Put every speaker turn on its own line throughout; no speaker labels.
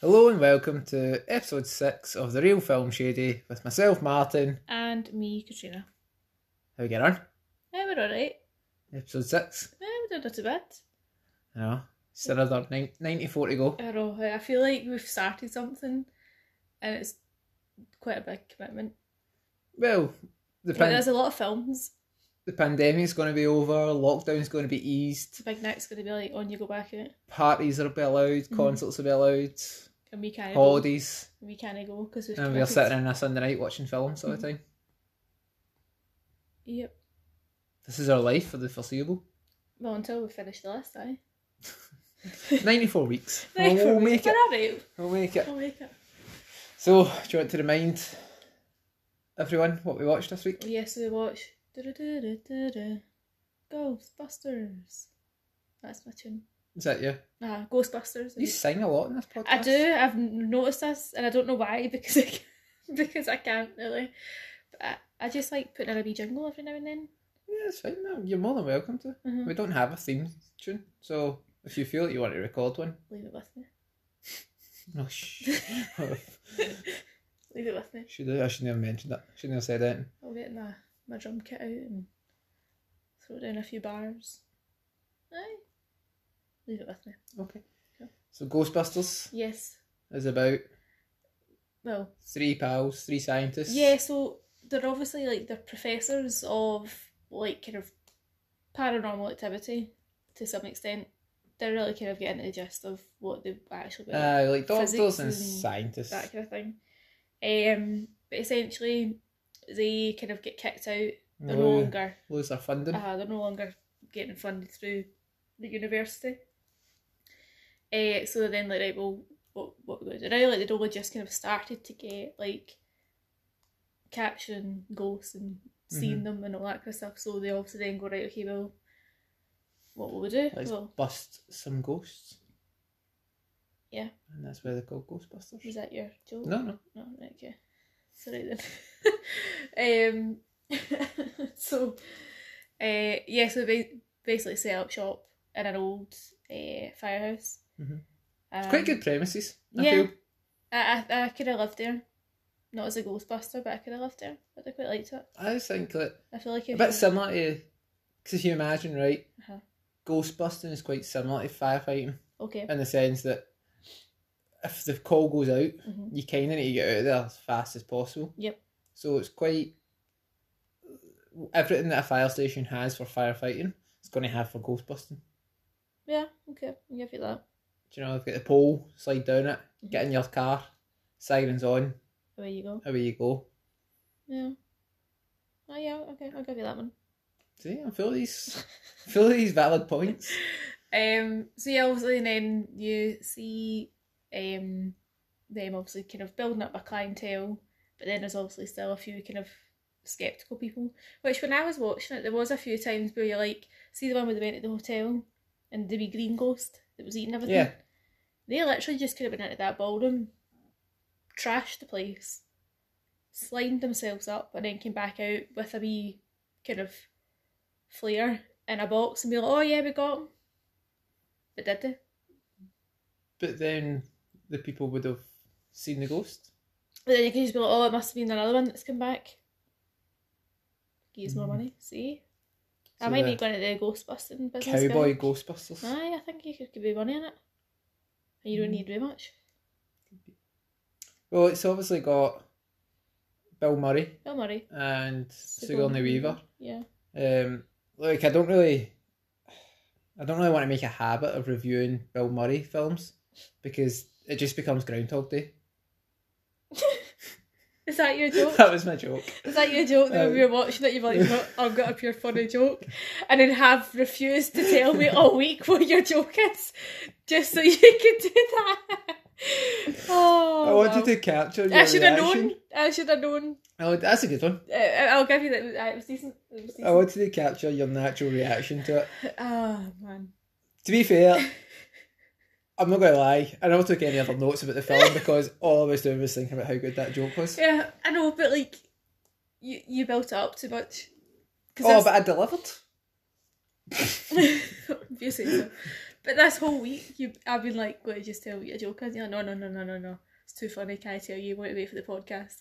Hello and welcome to episode six of the Real Film Shady with myself, Martin.
and me, Katrina.
How we get on?
Yeah, we're alright.
Episode six.
Yeah, we did it a bit.
No, still another nine- ninety-four to go.
I don't know. I feel like we've started something, and it's quite a big commitment.
Well, the
Like,
pan-
there's a lot of films.
the pandemic's going to be over. Lockdown's going to be
It's
eased.
a big night's going to be like on you go back out,
Parties are be allowed. Concerts will be allowed.
and we can't. go.
Holidays.
We can't go because we've.
And we're
committed.
sitting in a Sunday night watching films all the time.
Yep.
This is our life for the foreseeable.
Well, until we finish the list, aye.
Ninety-four weeks.
Right,
we'll, we'll make
we're
it.
alright.
We'll make it.
We'll make it.
So, do you want to remind everyone what we watched this week?
Yes, we watch. Du-du-du-du-du-du. Ghostbusters. That's my tune.
Is that you?
Ah, Ghostbusters.
You sing a lot in this podcast.
I do. I've n- noticed this, and I don't know why because I can't, because I can't really. But I, I just like putting in a wee jingle every now and then.
Yeah, it's fine. No, you're more than welcome to.
Mhm.
We don't have a theme tune, so if you feel that you want to record one,
Leave it with me.
no, shh.
Leave it with me.
should I, I shouldn't have mentioned that. Shouldn't have said that.
I'll get my my drum kit out and throw down a few bars. Aye. Leave it with me.
Okay.
Cool.
So Ghostbusters
Yes.
is about
Well.
three pals, three scientists.
Yeah. So they're obviously like they're professors of like kind of paranormal activity to some extent. They're really kind of getting the gist of what they actually. were
Uh, like doctors
Physics
and
and
scientists.
that kind of thing. Um, but essentially, they kind of get kicked out. They're no
Lo-
longer,
lose their funding.
uh, they're no longer getting funded through the university. Uh, so they're then like, right, well, what what we going to do now? Like they'd only just kind of started to get like capturing ghosts and seeing them and all that kind of stuff. So they obviously then go right, okay, well, what will we do?
Let's
well,
bust some ghosts.
Yeah.
And that's why they're called Ghostbusters.
was that your joke?
No, no.
No, right, okay. Sorry then. um, so, uh, yeah, so they basically set up shop in an old uh, firehouse.
Mhm.
Um,
Quite good premises. I
yeah.
feel.
I, I, I could have lived there. Not as a Ghostbuster, but I could have lived there. But I quite liked it.
I think that
I feel like
a
if
bit
you-
similar to because you imagine right
Uh-huh.
ghost busting is quite similar to firefighting
Okay.
in the sense that if the call goes out
Mhm.
you kind of need to get out of there as fast as possible
Yep.
so it's quite everything that a fire station has for firefighting it's going to have for ghost busting
Yeah, okay. I'll give you that.
do you know get the pole slide down it
Mhm.
get in your car sirens on
Away you go.
away you go
Yeah. Oh, yeah, okay. I'll give you that one.
see I feel these feel these valid points
Um, so yeah, obviously, and then you see um, them obviously kind of building up a clientele, but then there's obviously still a few kind of skeptical people. Which when I was watching it, there was a few times where you're like, see the one where they went to the hotel and the wee green ghost that was eating everything.
Yeah.
They literally just could have been into that ballroom, trashed the place, slimed themselves up, and then came back out with a wee kind of flair in a box and be like, oh yeah, we got 'em." But did they?
but then the people would have seen the ghost
But then you can just be like, oh, it must have been another one that's come back. Gives more
Mm.
money. See? I
So
might
the
need going into the ghost busting business.
Cowboy
girl.
Ghostbusters.
Aye, I think you could give me money in it. And you don't
Mm.
need very much.
Well, it's obviously got Bill Murray
Bill Murray.
and Sigourney Weaver.
Yeah.
Um, like I don't really, I don't really want to make a habit of reviewing Bill Murray films because it just becomes Groundhog Day.
Is that your joke?
that was my joke.
Is that your joke that
Uh,
when we were watching it? You've like, "No, I've got a pure funny joke, and then have refused to tell me all week what your joke is, just so you could do that. Oh,
I wanted
wow.
to capture your
I should have
reaction.
known. I should have known.
Oh, that's a good one.
Uh, I'll give you that. Uh, It was decent. It was
I
decent.
wanted to capture your natural reaction to it.
Ah man.
To be fair, I'm not going to lie. I never took any other notes about the film because all I was doing was thinking about how good that joke was.
Yeah, I know, but like, you you built it up too much. 'Cause
Oh,
that's-
but I delivered.
you say so. But this whole week, you, I've been like, going to just tell you a joke. And you're like, no, no, no, no, no, no. It's too funny. Can I tell you? You want to wait for the podcast.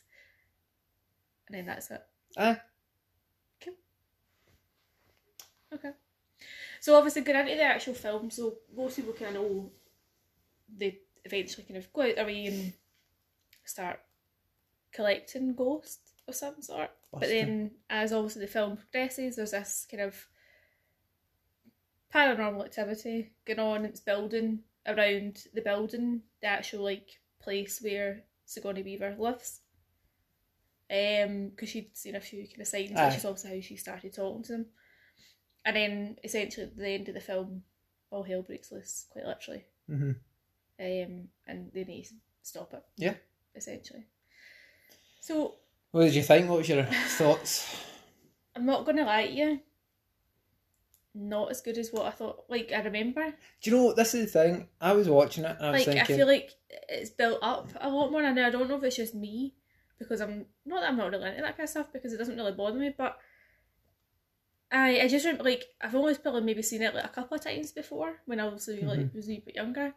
And then that's it.
Ah.
Cool. Okay. So obviously, going into the actual film, so most people kind of know they eventually kind of go out their way and start collecting ghosts of some sort. But
Busting.
then, as obviously the film progresses, there's this kind of paranormal activity going on. It's building around the building, the actual like place where Sigourney Weaver lives. Um, because she'd seen a few kind of signs,
Aye.
which is also how she started talking to them. And then, essentially, at the end of the film, all hell breaks loose, quite literally
hmm
um, and they need to stop it.
Yeah.
Essentially. So
What did you think? What was your thoughts?
I'm not gonna lie to you. Not as good as what I thought. Like I remember.
Do you know what? This is the thing. I was watching it and I was
like I
thinking,
feel like it's built up a lot more. And I don't know if it's just me because I'm not that I'm not really into that kind of stuff because it doesn't really bother me. But I I just remember like I've always probably maybe seen it like a couple of times before when I was like
Mhm.
was a wee bit younger.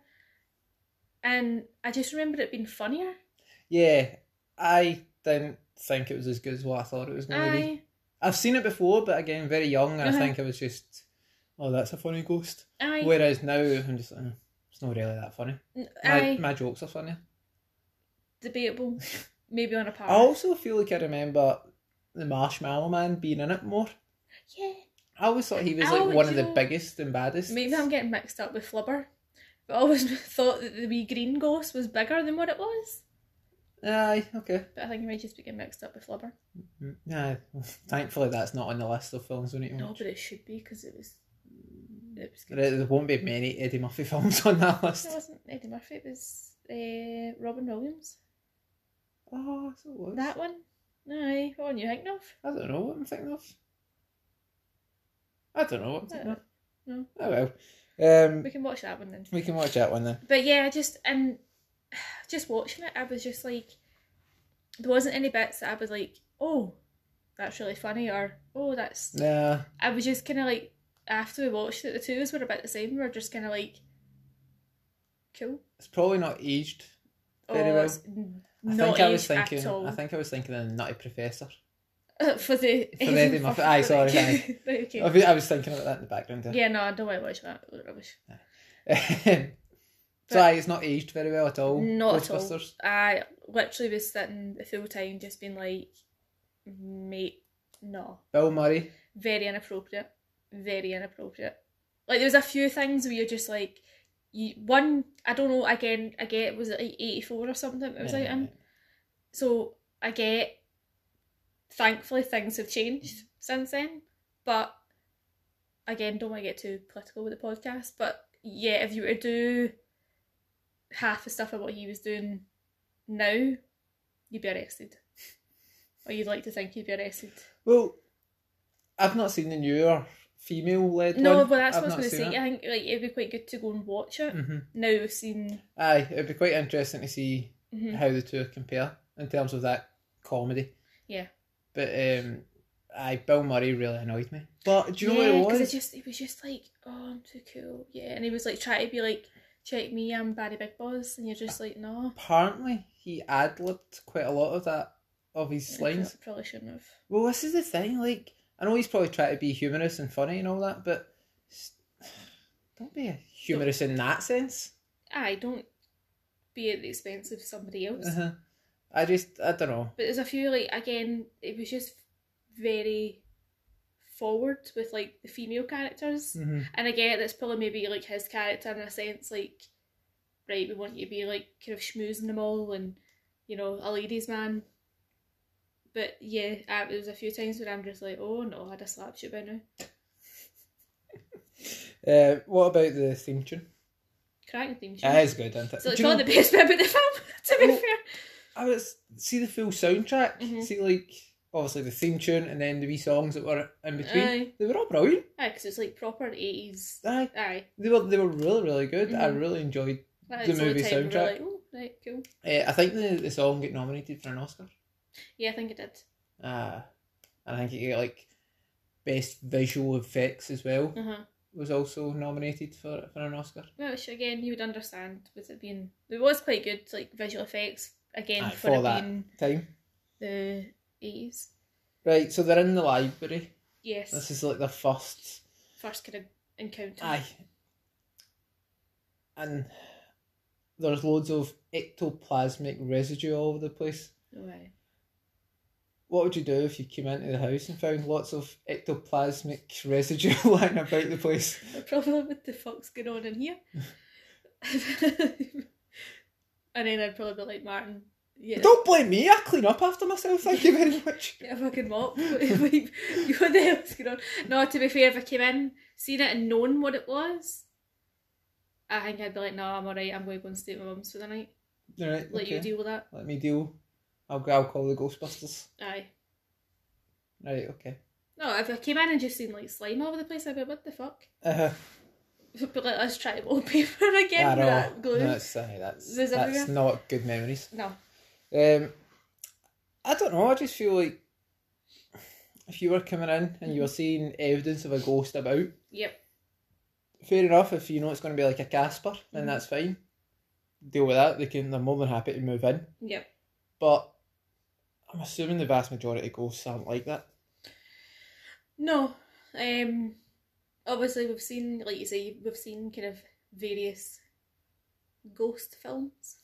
And I just remember it being funnier.
yeah, I didn't think it was as good as what I thought it was going to be.
I
I've seen it before, but again, very young, and
Uh-huh.
I think it was just, oh, that's a funny ghost.
I
Whereas now, I'm just like, "Oh, it's not really that funny.
N-
My,
Aye,
my jokes are funny.
debatable. Maybe on a par.
I also feel like I remember the Marshmallow Man being in it more.
yeah.
I always thought he was
Oh,
like one of
you
the
know-
biggest and baddest.
Maybe I'm getting mixed up with Flubber, but I always thought that the wee green ghost was bigger than what it was.
Aye, okay.
But I think I might just be getting mixed up with Flubber.
Mm, Aye. Thankfully, that's not on the list of films we need to
No,
watch.
but it should be because it was. mm, It was good.
There, there won't be many Eddie Murphy films on that list.
It wasn't Eddie Murphy. It was uh, Robin Williams.
Oh, so what?
That one. Aye, what one you thinking of?
I don't know what I'm thinking of. I don't know what I'm thinking of.
No.
Oh well. Um,
Uh, We can watch that one then.
we can watch that one then.
But yeah, I just and just watching it, I was just like, there wasn't any bits that I was like, oh, that's really funny, or oh, that's.
Nah.
I was just kind of like, after we watched it, the two of us were about the same. We were just kind of like, cool.
It's probably not aged.
Oh,
Very well.
it's n-
I
not
think I was
aged at
thinking.
all.
I think I was thinking of the Nutty Professor.
for the
For the Eddie Murphy- aye, sorry, aye.
Right, okay.
I was- I was thinking about that in the background. There.
Yeah, no, I don't want to watch that. It was rubbish.
so aye, it's not aged very well at all.
Not at all.
Ghostbusters.
I literally was sitting the full time, just being like, mate, no.
Bill Murray.
very inappropriate, very inappropriate. Like there's a few things where you're just like, you one I don't know again I get was it like eighty four or something it was like um, so I get. Thankfully, things have changed since then, but again, don't want to get too political with the podcast. But yeah, if you were to do half the stuff of what he was doing now, you'd be arrested, or you'd like to think you'd be arrested.
Well, I've not seen the newer female-led
No,
one.
but that's
I've
what I was
not
going
seen
to say.
it.
I think like it'd be quite good to go and watch it.
Mhm.
Now we've seen.
Aye, it'd be quite interesting to see
Mhm.
how the two compare in terms of that comedy.
Yeah.
But um, I Bill Murray really annoyed me. But do you know
Yeah,
what it
'cause
was?
just he was just like, oh, I'm too cool. Yeah, and he was like trying to be like, check me, I'm Barry Big Boss, and you're just like, no.
Apparently, he ad libbed quite a lot of that of his
I
lines.
pro- probably shouldn't have.
Well, this is the thing. Like, I know he's probably trying to be humorous and funny and all that, but s- don't be humorous in that sense.
I don't be at the expense of somebody else.
Uh-huh. I just, I don't know.
But there's a few like again, it was just very forward with like the female characters.
hmm
And I get that's probably maybe like his character in a sense, like, right, we want you to be like kind of schmoozing them all and, you know, a ladies' man. But yeah, I, there was a few times where I'm just like, oh no, I'd have slapped you by now.
Uh, what about the theme tune?
Cracking theme tune.
It is good, isn't it?
so it's
Do you
not
know- Oh,
the best bit of the film, to be
Well,
fair.
I was see the full soundtrack.
Mhm.
See like obviously the theme tune and then the wee songs that were in between.
Aye.
They were all brilliant.
Aye, because it's like proper 80s.
Aye.
Aye.
They were they were really really good. I
Mhm.
really enjoyed.
That
The
is all
movie
time we were
soundtrack.
Like, oh, right, cool.
Uh, I think the, the song got nominated for an Oscar. Ah,
Yeah, I think it did.
Uh, I think it got like best visual effects as well.
Uh huh.
was also nominated for for an Oscar.
Which again, you would understand with it being it was quite good like visual effects again
Aye,
for,
for
it
that.
being
Time.
the eighties.
Right, so they're in the library.
Yes,
This is like the first
first kind of encounter.
Aye. And there's loads of ectoplasmic residue all over the place.
Oh, aye.
What would you do if you came into the house and found lots of ectoplasmic residue lying about the place?
The problem with the fuck's going on in here. and then I'd probably be like Martin. Yeah,
Don't blame me, I clean up after myself, thank you very much.
Yeah, fucking mop. Like, what the hell's going on? No, to be fair, if I came in, seen it and known what it was, I think I'd be like, no, I'm alright, I'm going to go and stay at my mum's for the night.
Alright,
Let you
okay.
deal with that.
Let me deal. I'll, go- I'll call the Ghostbusters.
Aye.
Right, okay.
No, if I came in and just seen like slime all over the place, I'd be like, what the fuck?
Uh,
I'd be like, let's try wallpaper again with
no,
that glue. No.
that's, aye, that's,
There's
that's
everywhere.
not good memories. Um, I don't know. I just feel like if you were coming in and you were seeing evidence of a ghost about,
Yep.
fair enough. If you know it's going to be like a Casper, then
Mhm.
that's fine. Deal with that. They can. They're more than happy to move in.
Yep.
But I'm assuming the vast majority of ghosts aren't like that.
No. Um, obviously, we've seen, like you say, we've seen kind of various ghost films.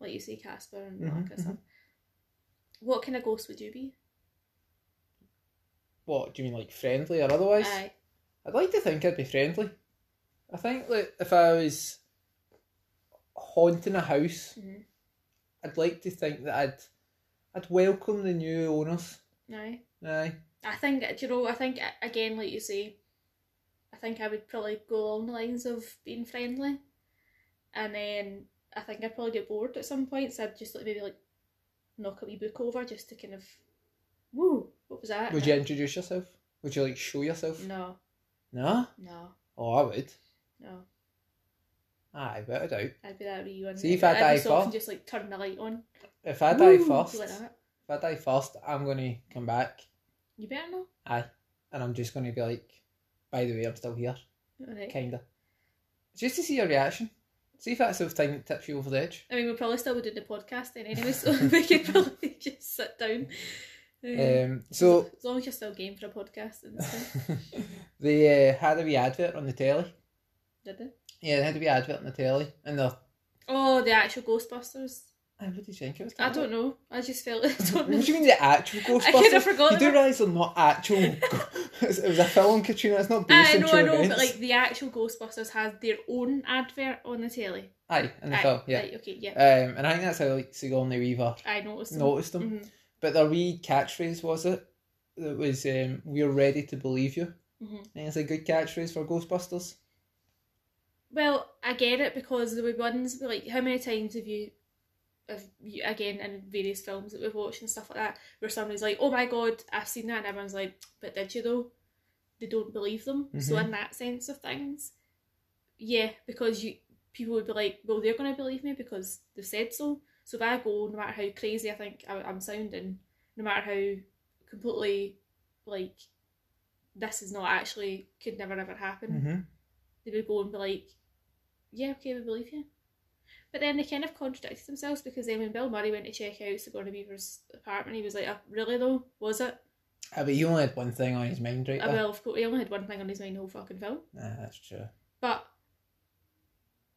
Like you say, Casper and all that
Mhm,
kind of stuff. What kind of ghost would you be?
What do you mean, like friendly or otherwise?
Aye.
I'd like to think I'd be friendly. I think that if I was haunting a house,
Mhm.
I'd like to think that I'd I'd welcome the new owners.
Aye.
Aye.
I think, do you know, I think, uh, again, like you say, I think I would probably go along the lines of being friendly. And then I think I'd probably get bored at some point, so I'd just like maybe like knock a wee book over just to kind of, woo, what was that?
Would you introduce yourself? Would you like show yourself?
No,
No.
no,
Oh, I would.
no.
Aye, without a doubt.
I'd be that wee one.
See if
that
I
every
die
so often
first.
Just like turn the light on.
If I die
Woo,
first,
Like
if
that.
I die first, I'm gonna come back
You better know.
and I'm just gonna be like, by the way, I'm still here,
Alright.
kinda. Just to see your reaction. See if that's the time it tips you over the edge.
I mean, we probably still would do the podcast then anyway, so we could probably just sit down. Um,
Um, so
as long as you're still game for a podcast and stuff,
they uh, had a wee advert on the telly.
did they?
Yeah, they had a wee advert on the telly, and they're.
Oh, the actual Ghostbusters.
Aye, What do you think it was?
I don't know. I just felt I don't know.
What do you mean the actual Ghostbusters?
I kind of forgot.
You do realise they're not actual. it was a film, Katrina. It's not based
I
on
know,
true
I know,
events.
but like the actual Ghostbusters has their own advert on the telly.
aye, in the
Aye,
film, yeah.
right, okay, yeah.
Um, and I think that's how like Sigourney Weaver
I noticed. them.
noticed them.
Mhm,
But their wee catchphrase was it that was um, "We're ready to believe you."
mhm.
And it's a good catchphrase for Ghostbusters.
Well, I get it because there were ones but, like how many times have you, have you again in various films that we've watched and stuff like that, where somebody's like, "Oh my god, I've seen that," and everyone's like, "But did you though?" They don't believe them. So
Mhm.
in that sense of things, yeah, because you people would be like, "Well, they're going to believe me because they've said so." So if I go, no matter how crazy I think I, I'm sounding, no matter how completely like this is not actually could never ever happen
Mm-hmm.
they would go and be like, yeah, okay, we believe you. But then they kind of contradicted themselves because then when Bill Murray went to check out Sigourney Weaver's apartment, he was like, oh, really though? Was it?
Ah, but he only had one thing on his mind right
Ah,
there.
well, of course, he only had one thing on his mind the whole fucking film.
Nah, that's true.
But,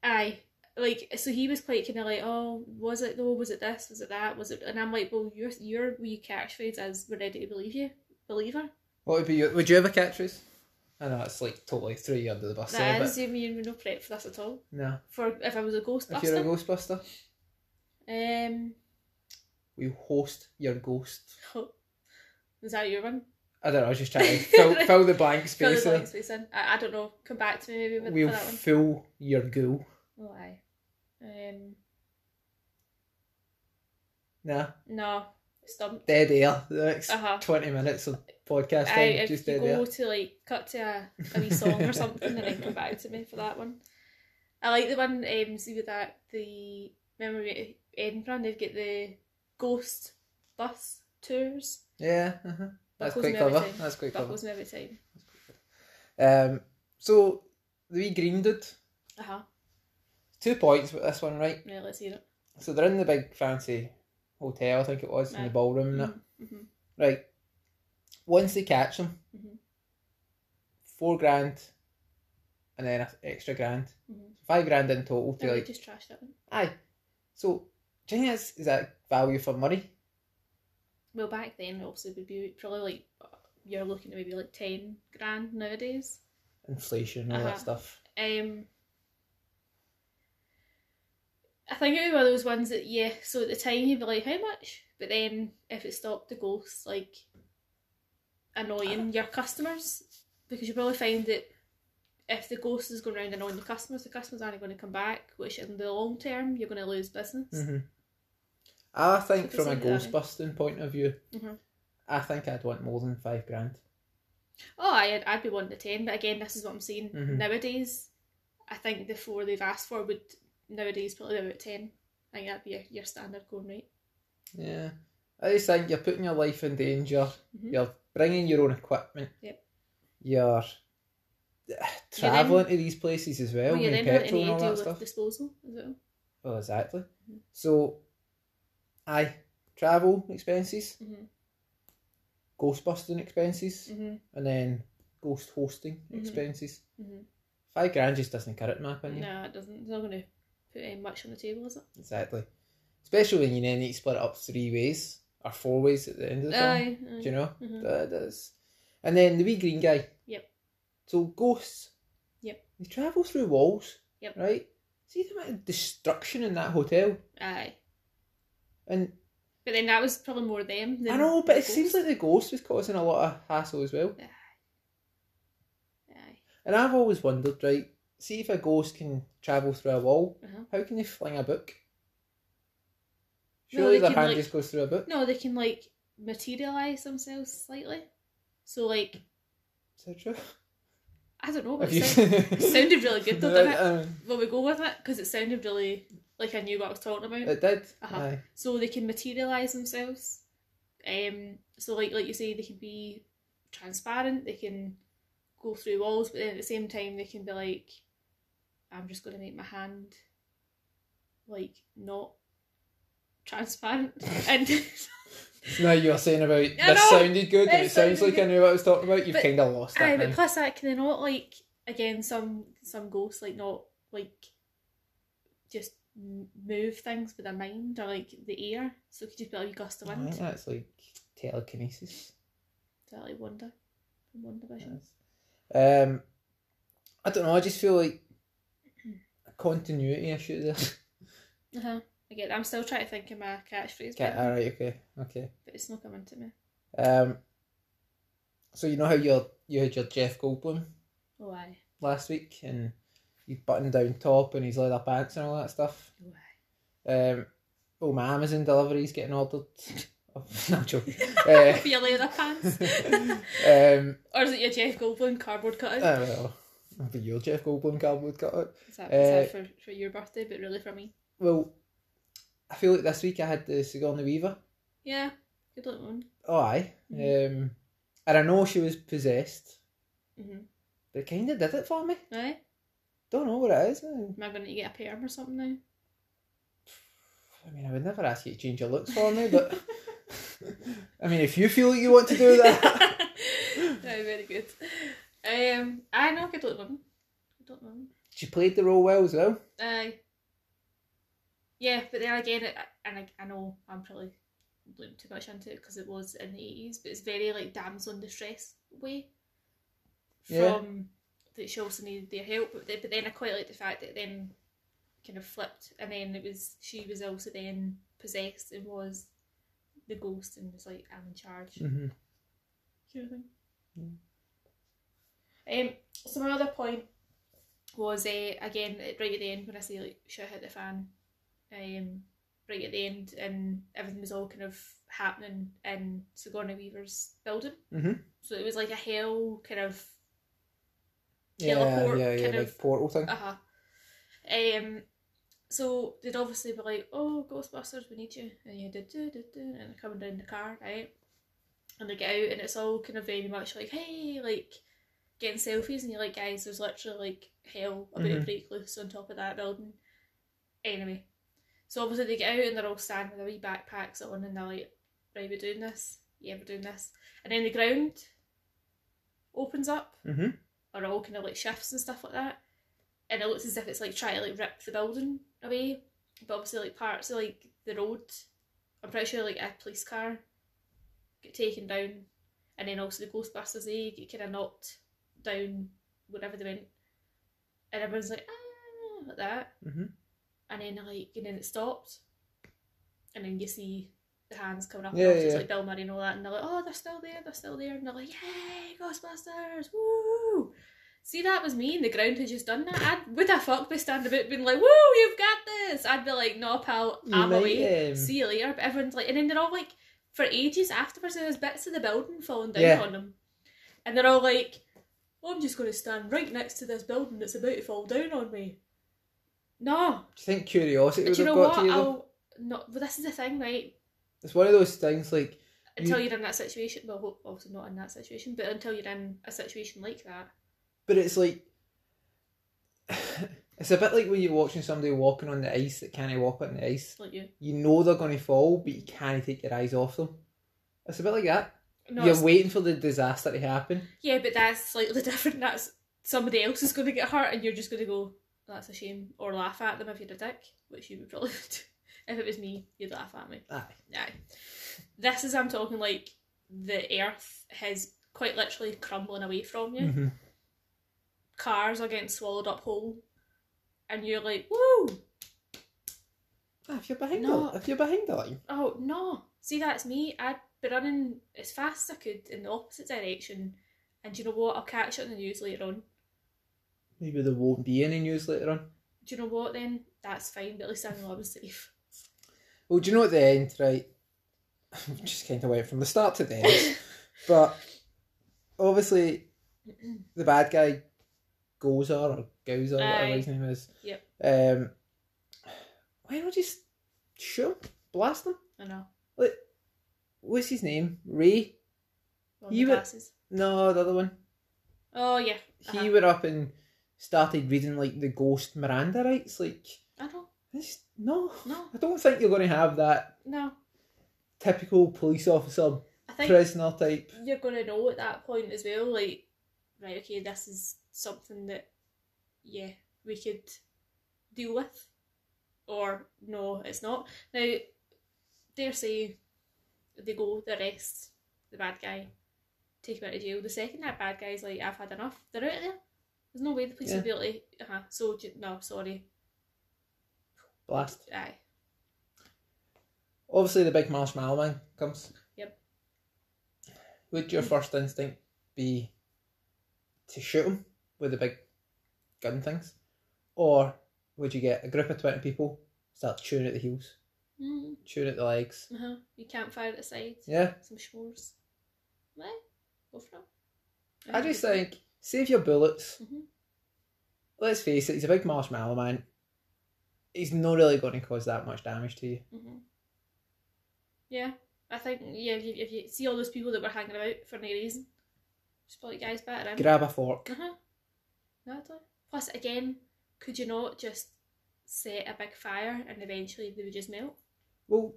aye. Like, so he was quite kind of like, oh, was it though? Was it this? Was it that? Was it? And I'm like, well, your, your wee catchphrase is, we're ready to believe you. Believer.
What would be your? Would you have a catchphrase? I know it's like totally three under the bus. there,
That
but
is, I mean, we're no prep for this at all.
no.
For if I was a Ghostbuster.
If you're a Ghostbuster,
um,
we host your ghost.
is that your one?
I don't know. I was just trying to fill, fill the blank
Fill
space.
the blank
there.
space in. I, I don't know. Come back to me maybe with,
We'll
for that one.
fill your ghoul.
Oh, aye. Um,
Nah,
no, stumped.
dead air. The next
Uh-huh.
20 minutes of podcast
I,
time,
if
just
you
dead air.
go to like cut to a, a wee song or something and then come back to me for that one. I like the one um see with that the remember we- Edinburgh and they've got the ghost bus tours.
Yeah, uh-huh. that's
Buckles
quite
me every
clever.
time.
That's quite clever.
Buckles me every time.
Um, So the wee green dude,
Uh huh.
two points with this one, right?
Yeah, let's hear it.
So they're in the big fancy hotel, I think it was, in
Aye.
the ballroom, and that.
Mm-hmm.
right? Once they catch him,
Mhm.
four grand, and then a extra grand,
Mhm.
five grand in total to
No, we
like
just trashed that one.
Aye. So, do you think that's, is that value for money?
Well, back then, obviously, would be probably like you're looking at maybe like ten grand nowadays.
Inflation, all
Uh-huh.
that stuff.
Um, I think it was one of those ones that yeah. So at the time you'd be like, how much? But then if it stopped the ghosts like annoying your customers, because you probably find that if the ghost is going around annoying the customers, the customers aren't going to come back. Which in the long term you're going to lose business.
hmm I think
It's
from a
like that.
ghost busting point of view,
Mhm.
I think I'd want more than five grand.
Oh, I'd, I'd be one to ten, but again, this is what I'm saying.
Mhm.
Nowadays, I think the four they've asked for would nowadays probably be about ten. I think that'd be your, your standard going rate.
Yeah. I just think you're putting your life in danger.
Mhm.
You're bringing your own equipment.
Yep.
You're uh, traveling to these places as well,
Well, you
with
then having
petrol and
to
all
deal
that
with
stuff.
disposal as well.
Well, exactly.
Mhm.
So, aye, travel expenses,
Mhm.
ghost busting expenses.
Mhm.
and then ghost hosting
Mhm.
expenses.
Mhm.
Five grand just doesn't cut it, in my opinion.
No, it doesn't. It's not going to put any much on the table, is it?
Exactly. Especially when you then need to split it up three ways or four ways at the end of the film.
Aye.
Do
aye.
you know?
Mhm.
That- that's- And then the wee green guy.
Yep.
So ghosts.
Yep.
They travel through walls.
Yep.
Right? See the amount of destruction in that hotel.
Aye.
And
But then that was probably more them. Than
I know, but
the
it seems
ghosts.
like the ghost was causing a lot of hassle as well.
Aye.
And I've always wondered, right? See if a ghost can travel through a wall,
Uh-huh.
how can they fling a book?
No,
Surely
they
their
can,
hand
like-
just goes through a book.
No, they can like materialise themselves slightly. So like
Is that true?
I don't know. But
Have
it
you-
sound- It sounded really good though,
Right,
didn't it?
um,
Well, we go with it because it sounded really like I knew what I was talking about.
it did.
Uh-huh.
Aye.
so they can materialize themselves. Um, so like like you say, they can be transparent. They can go through walls, but then at the same time, they can be like, I'm just going to make my hand like not transparent and
Now you were saying about
I
this
know,
sounded good and
it
it sounds
sounded
like I knew what I was talking about. You've
But-
kind of lost
Aye,
that
but
now.
plus that can they not like again some some ghosts like not like just m- move things with their mind or like the air, so it could just be like a gust of
I
wind.
think that's like telekinesis.
So like wonder, wonder vision.
Um, I don't know. I just feel like
Mm-hmm.
a continuity issue there.
Uh huh. Again, I'm still trying to think of my catchphrase,
okay, all
but,
right, okay, okay.
but it's not coming to me.
Um, so you know how you you had your Jeff Goldblum
Oh aye,
last week and he's buttoned down top and his leather pants and all that stuff.
oh aye.
Um, oh, my Amazon delivery's getting ordered. Oh, no, I'm joking. Uh,
For your leather pants,
um,
or is it your Jeff Goldblum cardboard cutout?
oh, well, it'll be your Jeff Goldblum cardboard cutout.
is that, is
eh.
that for, for your birthday, but really for me?
Well, I feel like this week I had the Sigourney Weaver.
Yeah, good looking one.
Oh, aye. Um, and I know she was possessed,
Mm-hmm.
but it kind of did it for me.
Aye.
Don't know what it is. man.
Am I going to get a perm or something now?
I mean, I would never ask you to change your looks for me, but I mean, if you feel like you want to do that.
Aye, very good. Um, I know good looking one. Good looking one.
She played the role well as well.
Aye. Uh, Yeah, but then again, it, and I, I know I'm probably looking too much into it because it was in the eighties, but it's very like damsel in distress way. From
Yeah.
that she also needed their help, but then, but then I quite like the fact that it then kind of flipped, and then it was she was also then possessed and was the ghost and was like I'm in charge
Mm-hmm.
kind of thing. Um, so my other point was uh, again at- right at the end when I say like shit hit the fan, um, right at the end and everything was all kind of happening in Sigourney Weaver's building.
Mhm.
So it was like a hell kind of
Yeah,
Teleport
yeah, yeah,
kind
like
of-
portal thing.
uh huh. Um, so they'd obviously be like, "Oh, Ghostbusters, we need you," and you did, do, do, do, and they're coming down the car, right? And they get out, and it's all kind of very much like, "Hey, like, getting selfies, and you're like, guys, there's literally like hell about to
Mhm.
break loose on top of that building. Anyway, so obviously they get out and they're all standing with their wee backpacks on, and they're like, right, we're doing this. Yeah, we're doing this. And then the ground opens up,
Mm-hmm.
or all kind of like shifts and stuff like that, and it looks as if it's like trying to like rip the building away, but obviously like parts of like the road, I'm pretty sure like a police car get taken down, and then also the Ghostbusters they get kind of knocked down wherever they went, and everyone's like ah like that,
Mhm.
and then like and then it stopped, and then you see. The hands coming up,
Yeah,
and it's
yeah.
like Bill Murray and all that, and they're like, "Oh, they're still there, they're still there," and they're like, "Yay, Ghostbusters! Woo!" See, that was me, and the ground had just done that. I'd, would I fuck by standing about being like, "Woo, you've got this"? I'd be like, "No, pal, I'm away.
um,
See you later." But everyone's like, and then they're all like, for ages afterwards, and there's bits of the building falling down
Yeah.
on them, and they're all like, "Well, I'm just going to stand right next to this building that's about to fall down on me." No,
do you think curiosity
but
would
you
have
know
got
what?
to you? Though?
I'll no. But this is the thing, right?
It's one of those things like
Until
Mm.
you're in that situation, well, ho- obviously not in that situation, but until you're in a situation like that,
But it's like it's a bit like when you're watching somebody walking on the ice that can't walk on the ice.
like you.
You know they're going to fall, but you can't take your eyes off them. It's a bit like that.
No, it's
you're waiting for the disaster to happen.
Yeah, but that's slightly different. That's somebody else is going to get hurt, and you're just going to go, "That's a shame," or laugh at them if you're a dick, which you would probably do. If it was me, you'd laugh at me.
Aye.
Aye. This is I'm talking like the earth has quite literally crumbling away from you.
Mm-hmm.
Cars are getting swallowed up whole, and you're like, "Woo!
Ah, if you're behind,
No.
the, if you're behind the line,
Oh no! See, that's me. I'd be running as fast as I could in the opposite direction, and do you know what? I'll catch it on the news later on."
maybe there won't be any news later on.
do you know what then? That's fine, but at least I know I was safe.
Well, do you know at the end, right? We just kind of went from the start to the end, but obviously the bad guy, Gozer or Gowser,
Aye.
whatever his name is.
Yep.
Um, why not just shoot him, blast him?
I know.
What's his name? Ray?
Well, you
You were-
glasses.
No, the other one.
Oh yeah.
He
uh-huh.
went up and started reading like the ghost Miranda rights. Like,
I know.
this, no,
No.
I don't think you're going to have that
No.
typical police officer
I think
prisoner type.
you're gonna know at that point as well. Like, right? Okay, this is something that, yeah, we could deal with, or no, it's not. Now, dare say, they go, they arrest the bad guy, take him out of jail. The second that bad guy's like, I've had enough, they're out of there. There's no way the police
Yeah.
will be like, uh huh. So j- no, sorry,
Blast.
aye.
Obviously, the big marshmallow man comes.
Yep.
Would your first instinct be to shoot him with the big gun things, or would you get a group of twenty people start chewing at the heels,
Mm,
chewing at the legs?
uh-huh. You can't fire at the side.
Yeah,
Some shores. Right, go for it.
I just think save your bullets.
Mhm.
Let's face it, he's a big marshmallow man. He's not really going to cause that much damage to you.
hmm Yeah, I think yeah. If you, if you see all those people that were hanging about for no reason, just be like, guys, better in.
Grab a fork.
uh-huh. No, I don't. Plus, again, could you not just set a big fire and eventually they would just melt?
Well,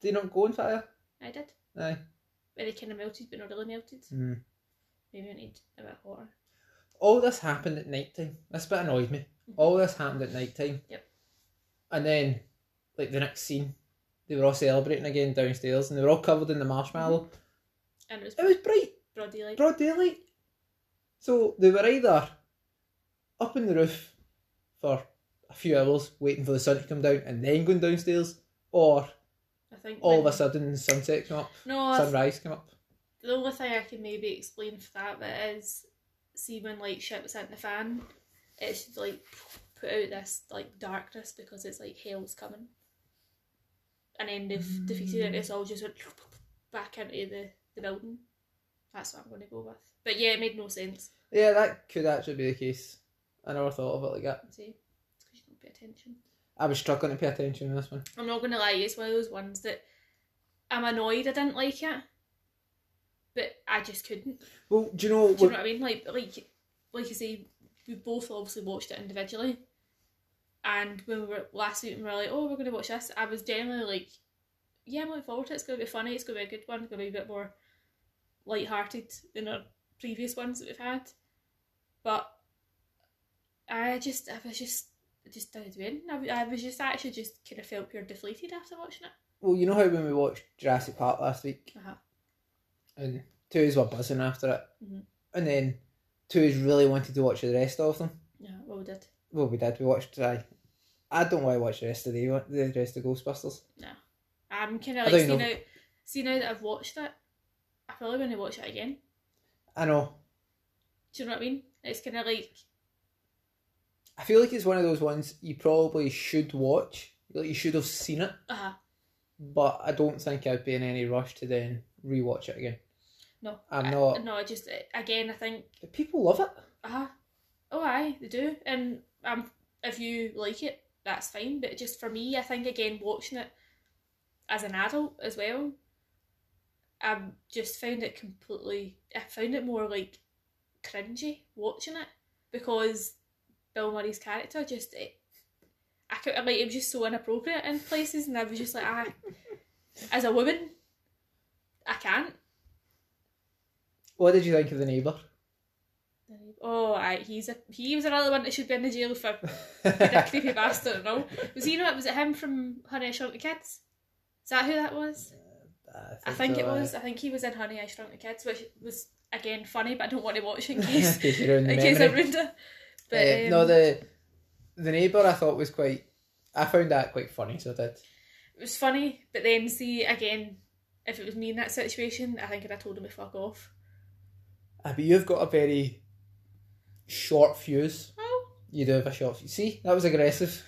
do you not go on fire?
I did.
Aye.
Where they kind of melted, but not really melted.
Hmm.
Maybe I need a bit hotter.
all this happened at night time. This bit annoyed me. All this happened at night time.
Yep.
And then, like the next scene, they were all celebrating again downstairs, and they were all covered in the marshmallow.
And it was
It was bright,
broad daylight.
broad daylight. So they were either up in the roof for a few hours, waiting for the sun to come down, and then going downstairs, or
I think
all of
when-
a sudden sunset came up,
No, I th-
sunrise came up.
the only thing I can maybe explain for that bit is see when like shit was hitting the fan, it should like put out this like darkness because it's like hell's coming. And then they've defeated it and it's all just went back into the, the building. That's what I'm gonna go with. But yeah, it made no sense.
Yeah, that could actually be the case. I never thought of it like that.
See, it's because you don't pay attention.
I was struggling to pay attention in this one.
I'm not gonna lie, it's one of those ones that I'm annoyed I didn't like it. But I just couldn't.
Well, do you know?
Do you know what I mean? Like like like you say, we both obviously watched it individually. And when we were last week and we were like, oh, we're going to watch this, I was generally like, yeah, I'm looking forward to it. It's going to be funny. It's going to be a good one. It's going to be a bit more light-hearted than our previous ones that we've had. But I just, I was just, I just didn't do anything. I, w- I was just I actually just kind of felt pure deflated after watching it.
Well, you know how when we watched Jurassic Park last week
Uh-huh.
and Tui's were buzzing after it,
Mhm.
and then Tui's really wanted to watch the rest of them.
Yeah, well, we did.
Well, we did. We watched. I, I don't want to watch the rest of the the rest of Ghostbusters.
I'm kind
I
of
don't
like seeing
know.
out, seeing now that I've watched it, I probably want to watch it again.
I know.
Do you know what I mean? It's kind of like,
I feel like it's one of those ones you probably should watch. Like you should have seen it,
uh,
but I don't think I'd be in any rush to then rewatch it again.
no.
I'm
I-
not-
No, I just, again, I think,
But people love it.
uh, oh, aye, they do. And um, if you like it, that's fine. But just for me, I think, again, watching it as an adult as well, I just found it completely, I found it more like cringy watching it because Bill Murray's character just, it, I could, like, it was just so inappropriate in places, and I was just like, I, as a woman, I can't.
What did you think of the neighbour?
Oh, I, he's a he was another one that should be in the jail for being a creepy bastard and all. Was he not? Was it him from Honey I Shrunk the Kids? Is that who that was? I think it was. I think he was in Honey I Shrunk the Kids, which was again funny, but I don't want to watch it in
In
case
case you ruined the
in case I
memory.
ruined it. But
Uh,
um,
no, the the neighbour I thought was quite. I found that quite funny, so I did.
it was funny. But then see again, if it was me in that situation, I think I'd have told him to fuck off.
Uh, but you've got a very short fuse.
Oh,
You do have a short fuse. See, that was aggressive.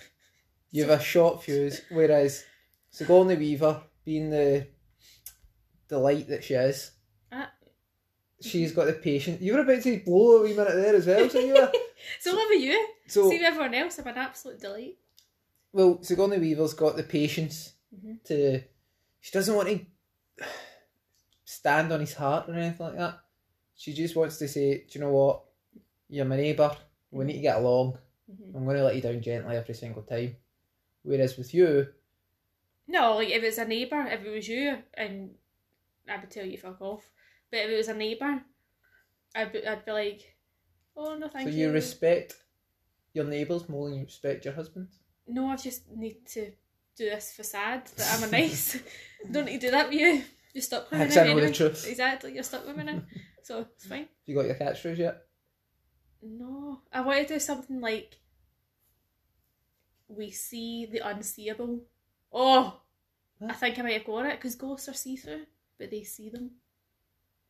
You have a short fuse, whereas Sigourney Weaver, being the the light that she is,
Ah.
she's got the patience. You were about to blow a wee minute there as well, so you were.
so what were you?
So,
see with everyone else, I'm an absolute delight.
well, Sigourney Weaver's got the patience
Mhm.
to. She doesn't want to stand on his heart or anything like that. She just wants to say, "Do you know what? You're my neighbour. We need to get along.
Mhm.
I'm going to let you down gently every single time." Whereas with you,
No, like if it's a neighbour, if it was you, and I would tell you fuck off. But if it was a neighbour, I'd be, I'd be like, oh no, thank
so
you.
you respect your neighbours more than you respect your husband.
no, I just need to do this facade that I'm a nice. Don't need to do that with you. You're stuck with me
That's
now.
I know the
anyway.
truth.
Exactly, you're stuck with me now, so it's fine.
You got your catchphrase yet?
No, I want to do something like we see the unseeable. Oh, I
Huh?
think I might have got it because ghosts are see through, but they see them.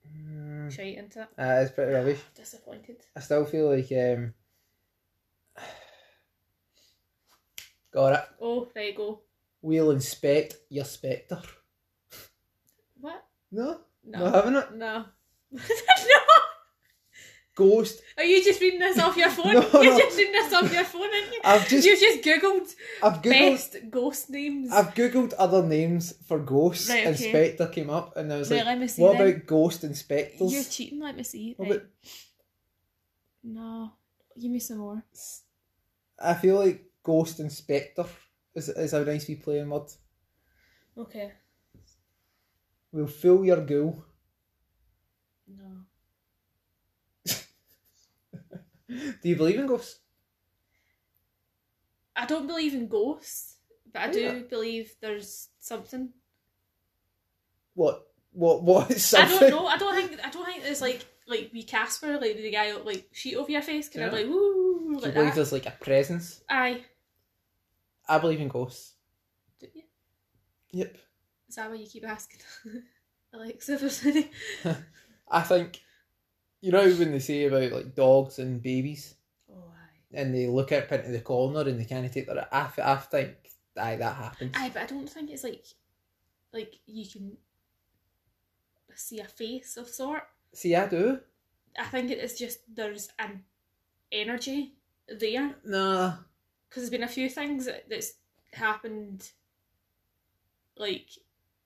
Mm,
Shite into it.
uh, it's pretty rubbish.
Disappointed.
I still feel like um, got it.
Oh, right, go.
We'll inspect your spectre.
What?
No,
No.
not having it.
No. no.
Ghost.
Are you just reading this off your phone?
No,
You're
no.
just reading this off your phone, aren't you?
I've just
You've just googled,
I've googled
best ghost names.
I've googled other names for ghosts
Right,
and
okay.
spectre came up and I was
Wait,
like,
let me see.
what
then.
about ghost inspectors?
You're cheating. Let me see.
What
Right.
about-
No. Give me some more.
I feel like ghost inspector is is a nice wee play on word.
Okay.
We'll fool your ghoul.
No.
Do you believe in ghosts?
I don't believe in ghosts, but I do
Yeah.
believe there's something.
What what what is
I
something?
don't know. I don't think. I don't think there's like like we Casper, like the guy like sheet over your face, kind of
Yeah.
like woo
Do you
like
believe
that.
there's like a presence?
Aye.
I believe in ghosts.
Do you?
Yep.
Is that why you keep asking Alexa for any?
I think you know when they say about like dogs and babies
Oh, aye.
and they look up into the corner and they can't take their I, I think aye, that happens.
Aye, but I don't think it's like, like you can see a face of sort.
See I do.
I think it is just there's an energy there
Nah.
because there's been a few things that, that's happened, like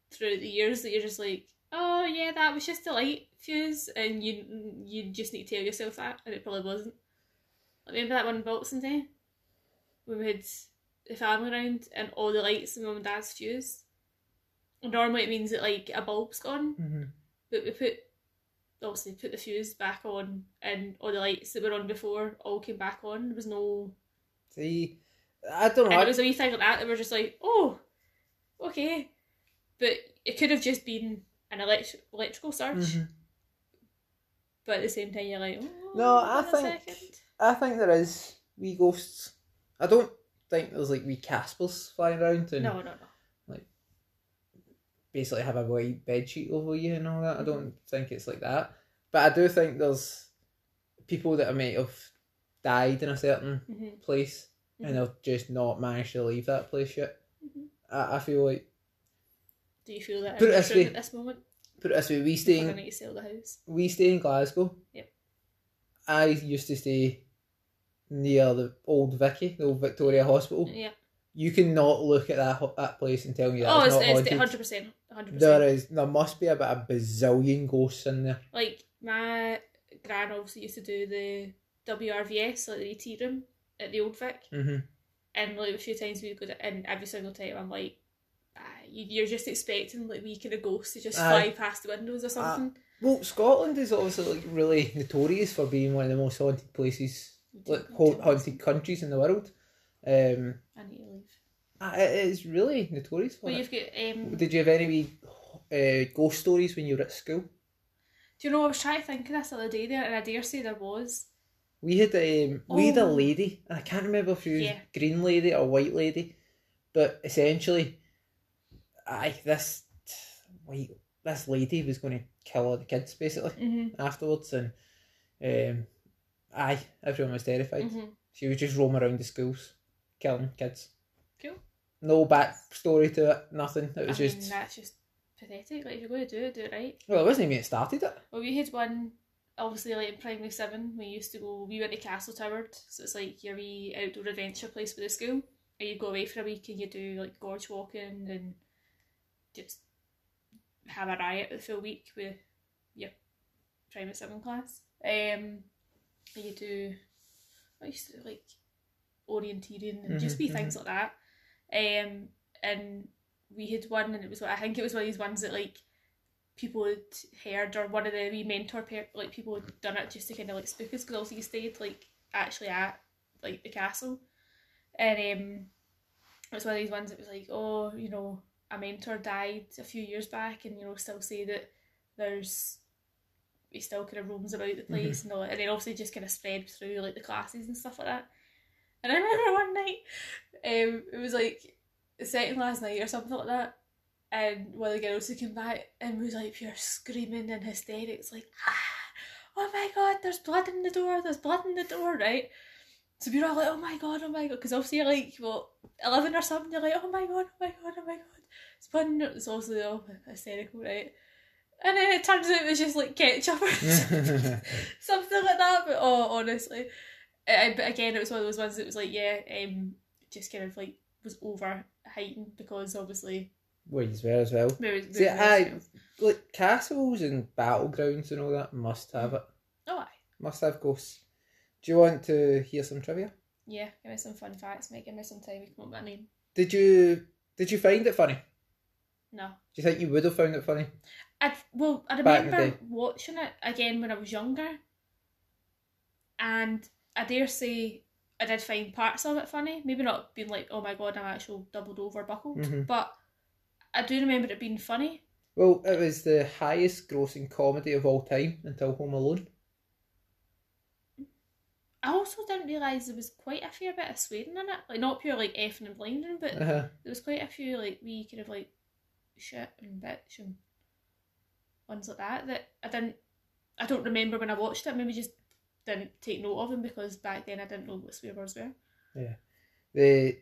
throughout the years that you're just like, oh yeah, that was just a light fuse, and you you just need to tell yourself that, and it probably wasn't. Like, remember that one Boxing Day when we had the family round and all the lights in mum and dad's fused. Normally it means that like a bulb's gone,
Mm-hmm.
but we put obviously put the fuse back on, and all the lights that were on before all came back on. There was no
See, I don't know.
and
I,
it was a wee thing like that that we're just like, oh, okay. But it could have just been an elect- electrical surge,
Mhm.
but at the same time, you're like, oh,
No, I
hold on a
think-
second."
I think there is wee ghosts. I don't think there's like wee caspels flying around and
No, no, no.
basically have a white bed sheet over you and all that. I don't think it's like that. But I do think there's people that might have died in a certain
hmm
place
Mhm.
and they've just not managed to leave that place yet.
Mhm.
I, I feel like
Do you feel that
Put
in
it
this
this
room
way.
at this moment?
put it this way, we
We're
stay
going
in
to sell the house.
we stay in Glasgow.
Yep.
I used to stay near the old Vicky, the old Victoria Hospital.
Yeah.
You cannot look at that ho- that place and tell me that
oh,
it's
it's,
not
it's,
haunted.
100%. 100%.
There is there must be about a bazillion ghosts in there.
Like, my gran obviously used to do the WRVS, like the ET room at the Old Vic.
hmm
and like a few times we go and every single time I'm like ah, you, you're just expecting like we kind of ghosts to just fly
Aye. Ah,
past the windows or something
Well, Scotland is obviously like really notorious for being one of the most haunted places, like ha- haunted countries in the world. Um,
I need to leave
I- it is really notorious for
well
it.
you've got um, do
Did you have any wee, uh, ghost stories when you were at school?
you know I was trying to think of this the other day there and I dare say there was
We had um, we had a
Oh.
lady, and I can't remember if she was
Yeah.
green lady or white lady, but essentially, I this white this lady was going to kill all the kids basically
mm-hmm.
afterwards, and um, I everyone was terrified.
Mm-hmm.
She would just roam around the schools, killing kids.
Cool.
No backstory to it, nothing. It
I
was
mean
just
that's just pathetic like if you're going to do it do it right
well, it wasn't even it started it.
well we had one obviously like in primary 7 we used to go we went to Castle Toward so it's like your wee outdoor adventure place with the school and you go away for a week and you do like gorge walking and just have a riot the full week with your primary seven class. Um, and you do I used to do like orienteering and just
Mhm,
wee things like that. Um, and we had one, and it was like, I think it was one of these ones that like people had heard or one of the wee mentor pair like people had done it just to kind of like spook us because also you stayed like actually at like the castle, and um, it was one of these ones that was like, oh, you know, a mentor died a few years back, and you know, still say that there's he still kind of roams about the place and all, and then obviously just kind of spread through like the classes and stuff like that. And I remember one night, um, it was like the second last night or something like that, and one of the girls who came back and was like pure screaming and hysterics, like, ah, oh my god, there's blood in the door, there's blood in the door, right? So we we're all like, oh my god, oh my god, because obviously you're like, well, 11 or something, you're like, oh my god, oh my god, oh my god. It's fun, it's obviously all hysterical, right? And then it turns out it was just like ketchup or something, something like that, but oh, honestly. I, I- but again, it was one of those ones that was like, yeah, um, just kind of like was over heightened because obviously.
Where you were as well.
we were- we
See,
were-
I like castles and battlegrounds and all that must have it.
Oh, aye.
Must have ghosts. Do you want to hear some trivia?
Yeah, give me some fun facts, mate. Give me some time to come up with a name.
Did you did you find it funny? Do
No.
you think you would have found it funny?
I well, I
Back in the
remember
day.
watching it again when I was younger, and I dare say I did find parts of it funny. Maybe not being like, oh my god, I'm actual doubled over buckled,
Mhm.
but I do remember it being funny.
Well, it was the highest grossing comedy of all time until Home Alone.
I also didn't realise there was quite a fair bit of swearing in it, like not pure like effing and blinding, but
Uh-huh.
there was quite a few like wee kind of like shit and bitch and ones like that that I didn't I don't remember when I watched it maybe just didn't take note of them because back then I didn't know what swear words were
They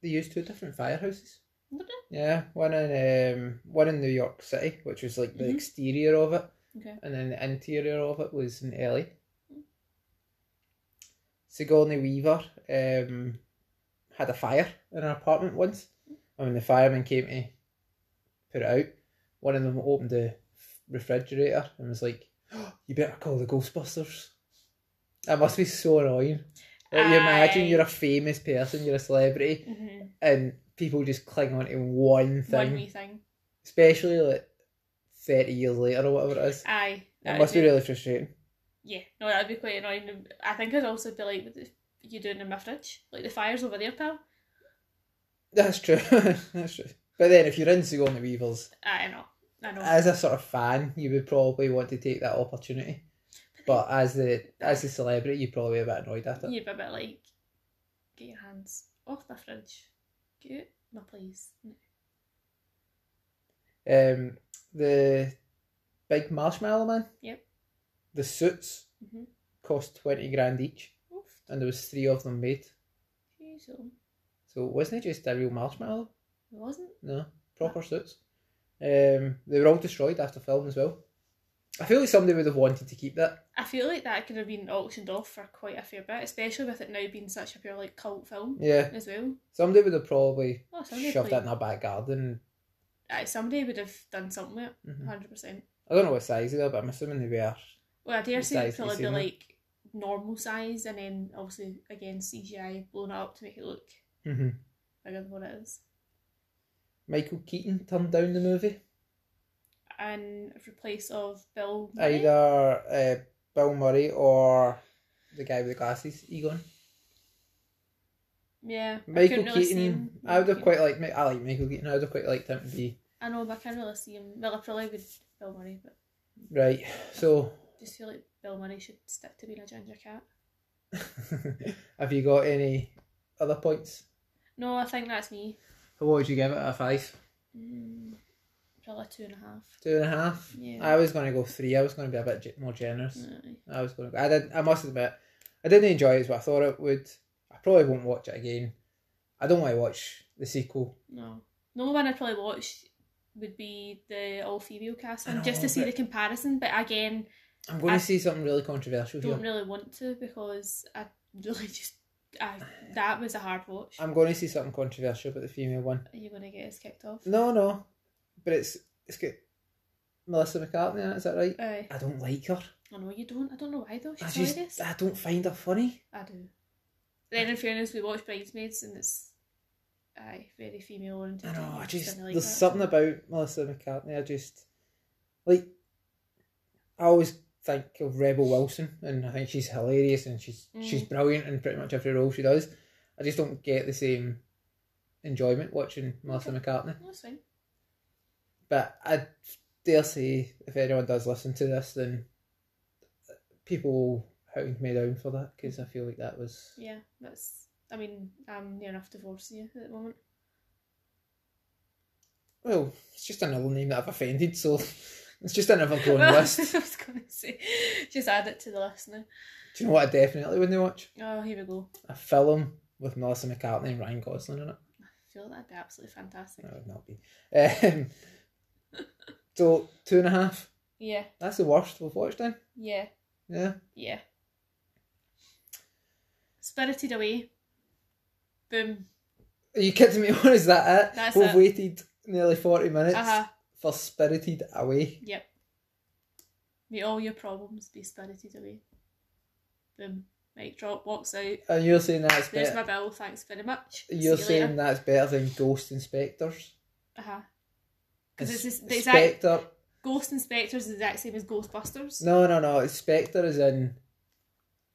they used two different firehouses.
Did
Yeah, one in um one in New York City, which was like the
Mhm.
exterior of it,
okay
and then the interior of it was in LA. Sigourney Weaver um had a fire in her apartment once, and when the firemen came to put it out, one of them opened the refrigerator and was like, "Oh, "You better call the Ghostbusters." That must be so annoying. Like, you imagine
Aye.
you're a famous person, you're a celebrity,
hmm
and people just cling on to one thing,
One wee thing.
especially like thirty years later or whatever it is.
Aye.
It
that'd
must be really frustrating.
Yeah, no, that'd be quite annoying. I think I'd also be like, what the f- you doing in my fridge? Like, the fire's over there, pal.
That's true. That's true. But then, if you're in Sigourney Weaver's,
I know. I know.
as a sort of fan, you would probably want to take that opportunity. But as the as the celebrity, you'd probably be a bit annoyed at it.
You'd be a bit like, get your hands off the fridge. Get it. No, please. No.
Um, the big marshmallow man.
Yep.
The suits
Mhm.
cost twenty grand each,
Oof.
and there was three of them made.
Jeez, oh.
So wasn't it just a real marshmallow?
It wasn't.
No, proper suits. Um, they were all destroyed after film as well. I feel like somebody would have wanted to keep that.
I feel like that could have been auctioned off for quite a fair bit, especially with it now being such a pure like cult film
Yeah,
as well.
somebody would have probably
Oh, somebody,
shoved that
played-
in their back garden.
Aye, somebody would have done something with it,
Mhm.
hundred percent.
I don't know what size they were, but I'm assuming they were.
Well, I dare
What
say it'd
size have you
probably be
seen them?
like normal size, and then obviously again CGI blown it up to make it look
hmm
bigger than what it is,
Michael Keaton turned down the movie.
and for place of Bill. Murray.
Either uh, Bill Murray or the guy with the glasses, Egon.
Yeah, I
Michael
couldn't really see
Keaton.
him.
I would have quite liked. Mi- I like Michael Keaton. I would have quite liked him to be
I know, but I can't really see him. Well, I probably would Bill Murray, but
right. So,
just feel like Bill Murray should stick to being a ginger cat.
have you got any other points?
No, I think that's me.
What would you give it? A five,
Mm, probably two and a half.
two and a half.
Yeah.
I was going to go three. I was going to be a bit ge- more generous.
Aye.
I was going. To, I did. I must admit, I didn't enjoy it as what I thought it would. I probably won't watch it again. I don't want to watch the sequel.
No. The only one I'd probably watch would be the all female cast
I
one, just to
know,
see
but-
the comparison. But again,
I'm going
I
to see something really controversial here.
don't really want to because I really just I that was a hard watch.
I'm going to see something controversial about the female one.
Are you gonna get us kicked off?
No, no, but it's it's got Melissa McCartney. in it, Is that right?
Aye.
I don't like her.
I know you don't. I don't know why though.
I
She's
just
hilarious.
I don't find her funny.
I do. Then in fairness, we watch Bridesmaids and it's aye very female
I
oriented.
know. I just
didn't like
there's
that.
something about Melissa McCartney. I just like. I always think of Rebel Wilson, and I think she's hilarious and she's she's
Mm.
brilliant in pretty much every role she does. I just don't get the same enjoyment watching Melissa
Okay.
McCartney.
No, it's fine.
But I dare say, if anyone does listen to this, then people will hound me down for that because I feel like that was.
Yeah, that's. I mean, I'm near enough divorcing you at the moment.
Well, it's just another name that I've offended, so it's just another grown
Well,
list.
I was going to say, just add it to the list now.
Do you know what I definitely wouldn't watch?
Oh, here we go.
A film with Melissa McCartney and Ryan Gosling in it.
I feel that'd be absolutely fantastic.
That would not be. Um, so, two and a half.
Yeah,
That's the worst we've watched then.
yeah,
Yeah.
yeah. Spirited Away. Boom.
Are you kidding me? What is that it?
That's
we've
it.
waited nearly 40 minutes
Uh huh.
for Spirited Away.
Yep. May all your problems be spirited away. Boom. Mic drop. Walks out.
And you're saying that's
There's
better.
my bill. Thanks very much.
You're saying that's better than Ghost Inspectors.
Uh huh. 'Cause it's just- the exact-
Spectre.
Ghost Inspectors is the exact same as Ghostbusters.
No, no, no. It's Spectre is in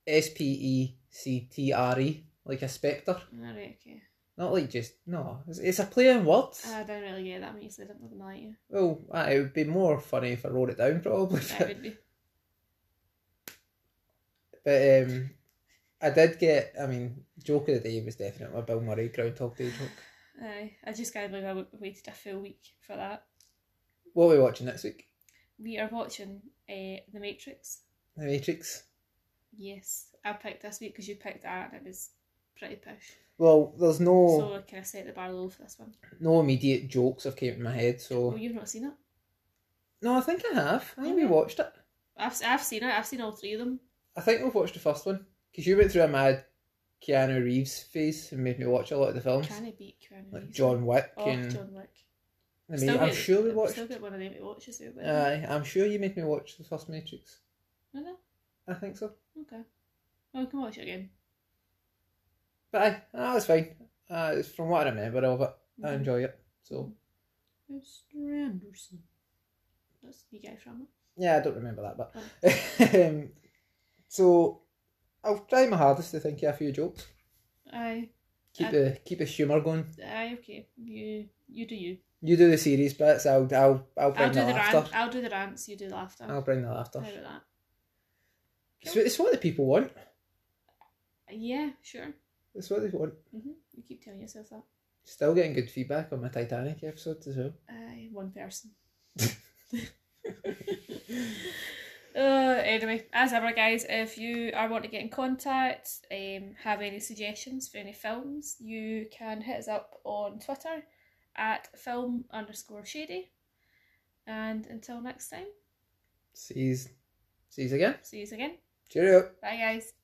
S P E C T R E, like a spectre,
Alright, okay.
not like just no. It's, it's a play on words.
I don't really get that when you said it. I'm not gonna lie to you.
well, aye, it would be more funny if I wrote it down, probably.
That would be.
but um, I did get. I mean, joke of the day was definitely my Bill Murray Groundhog Day joke.
Aye. I just can't believe I wa- waited a full week for that.
What are we watching next week?
We are watching uh, The Matrix.
The Matrix.
Yes, I picked this week because you picked that and it was pretty push.
Well, there's
So
no
I kind of set the bar low for this one.
no immediate jokes have came to my head,
Oh,
so
you've not seen it?
no, I think I have. I think we
Okay.
watched it.
I've, I've seen it. I've seen all three of them.
I think we've watched the first one because you went through a mad Keanu Reeves phase and made me watch a lot of the films,
Can it beat Keanu
like
Reeves?
John Wick
Oh,
and
John Wick.
I mean, I'm sure we watched. Uh,
Still get one of them to watch as well. but-
Aye, I'm sure you made me watch the first Matrix.
Was it?
I think so.
Okay. Well, we can watch it again.
But aye, that was fine. Uh, it's from what I remember of it, I
Mhm.
enjoy it. So
Mr. Anderson. That's you guys from it.
yeah, I don't remember that, but um, so I'll try my hardest to think of a few jokes.
Aye.
Keep
Uh,
the keep the humour going.
Aye, okay. You you do you.
You do the serious bits. I'll I'll I'll bring
I'll do
the
the rant.
laughter.
I'll do the rants, you do the laughter.
I'll bring the laughter.
How about that?
It's, what- it's what the people want.
Yeah, sure.
It's what they want.
hmm You keep telling yourself that.
Still getting good feedback on my Titanic episodes as well.
Aye, one person. Uh, anyway, as ever, guys, if you are wanting to get in contact, um, have any suggestions for any films, you can hit us up on Twitter at film underscore shady. And until next time,
Sees, sees again.
see you again.
Cheerio.
Bye, guys.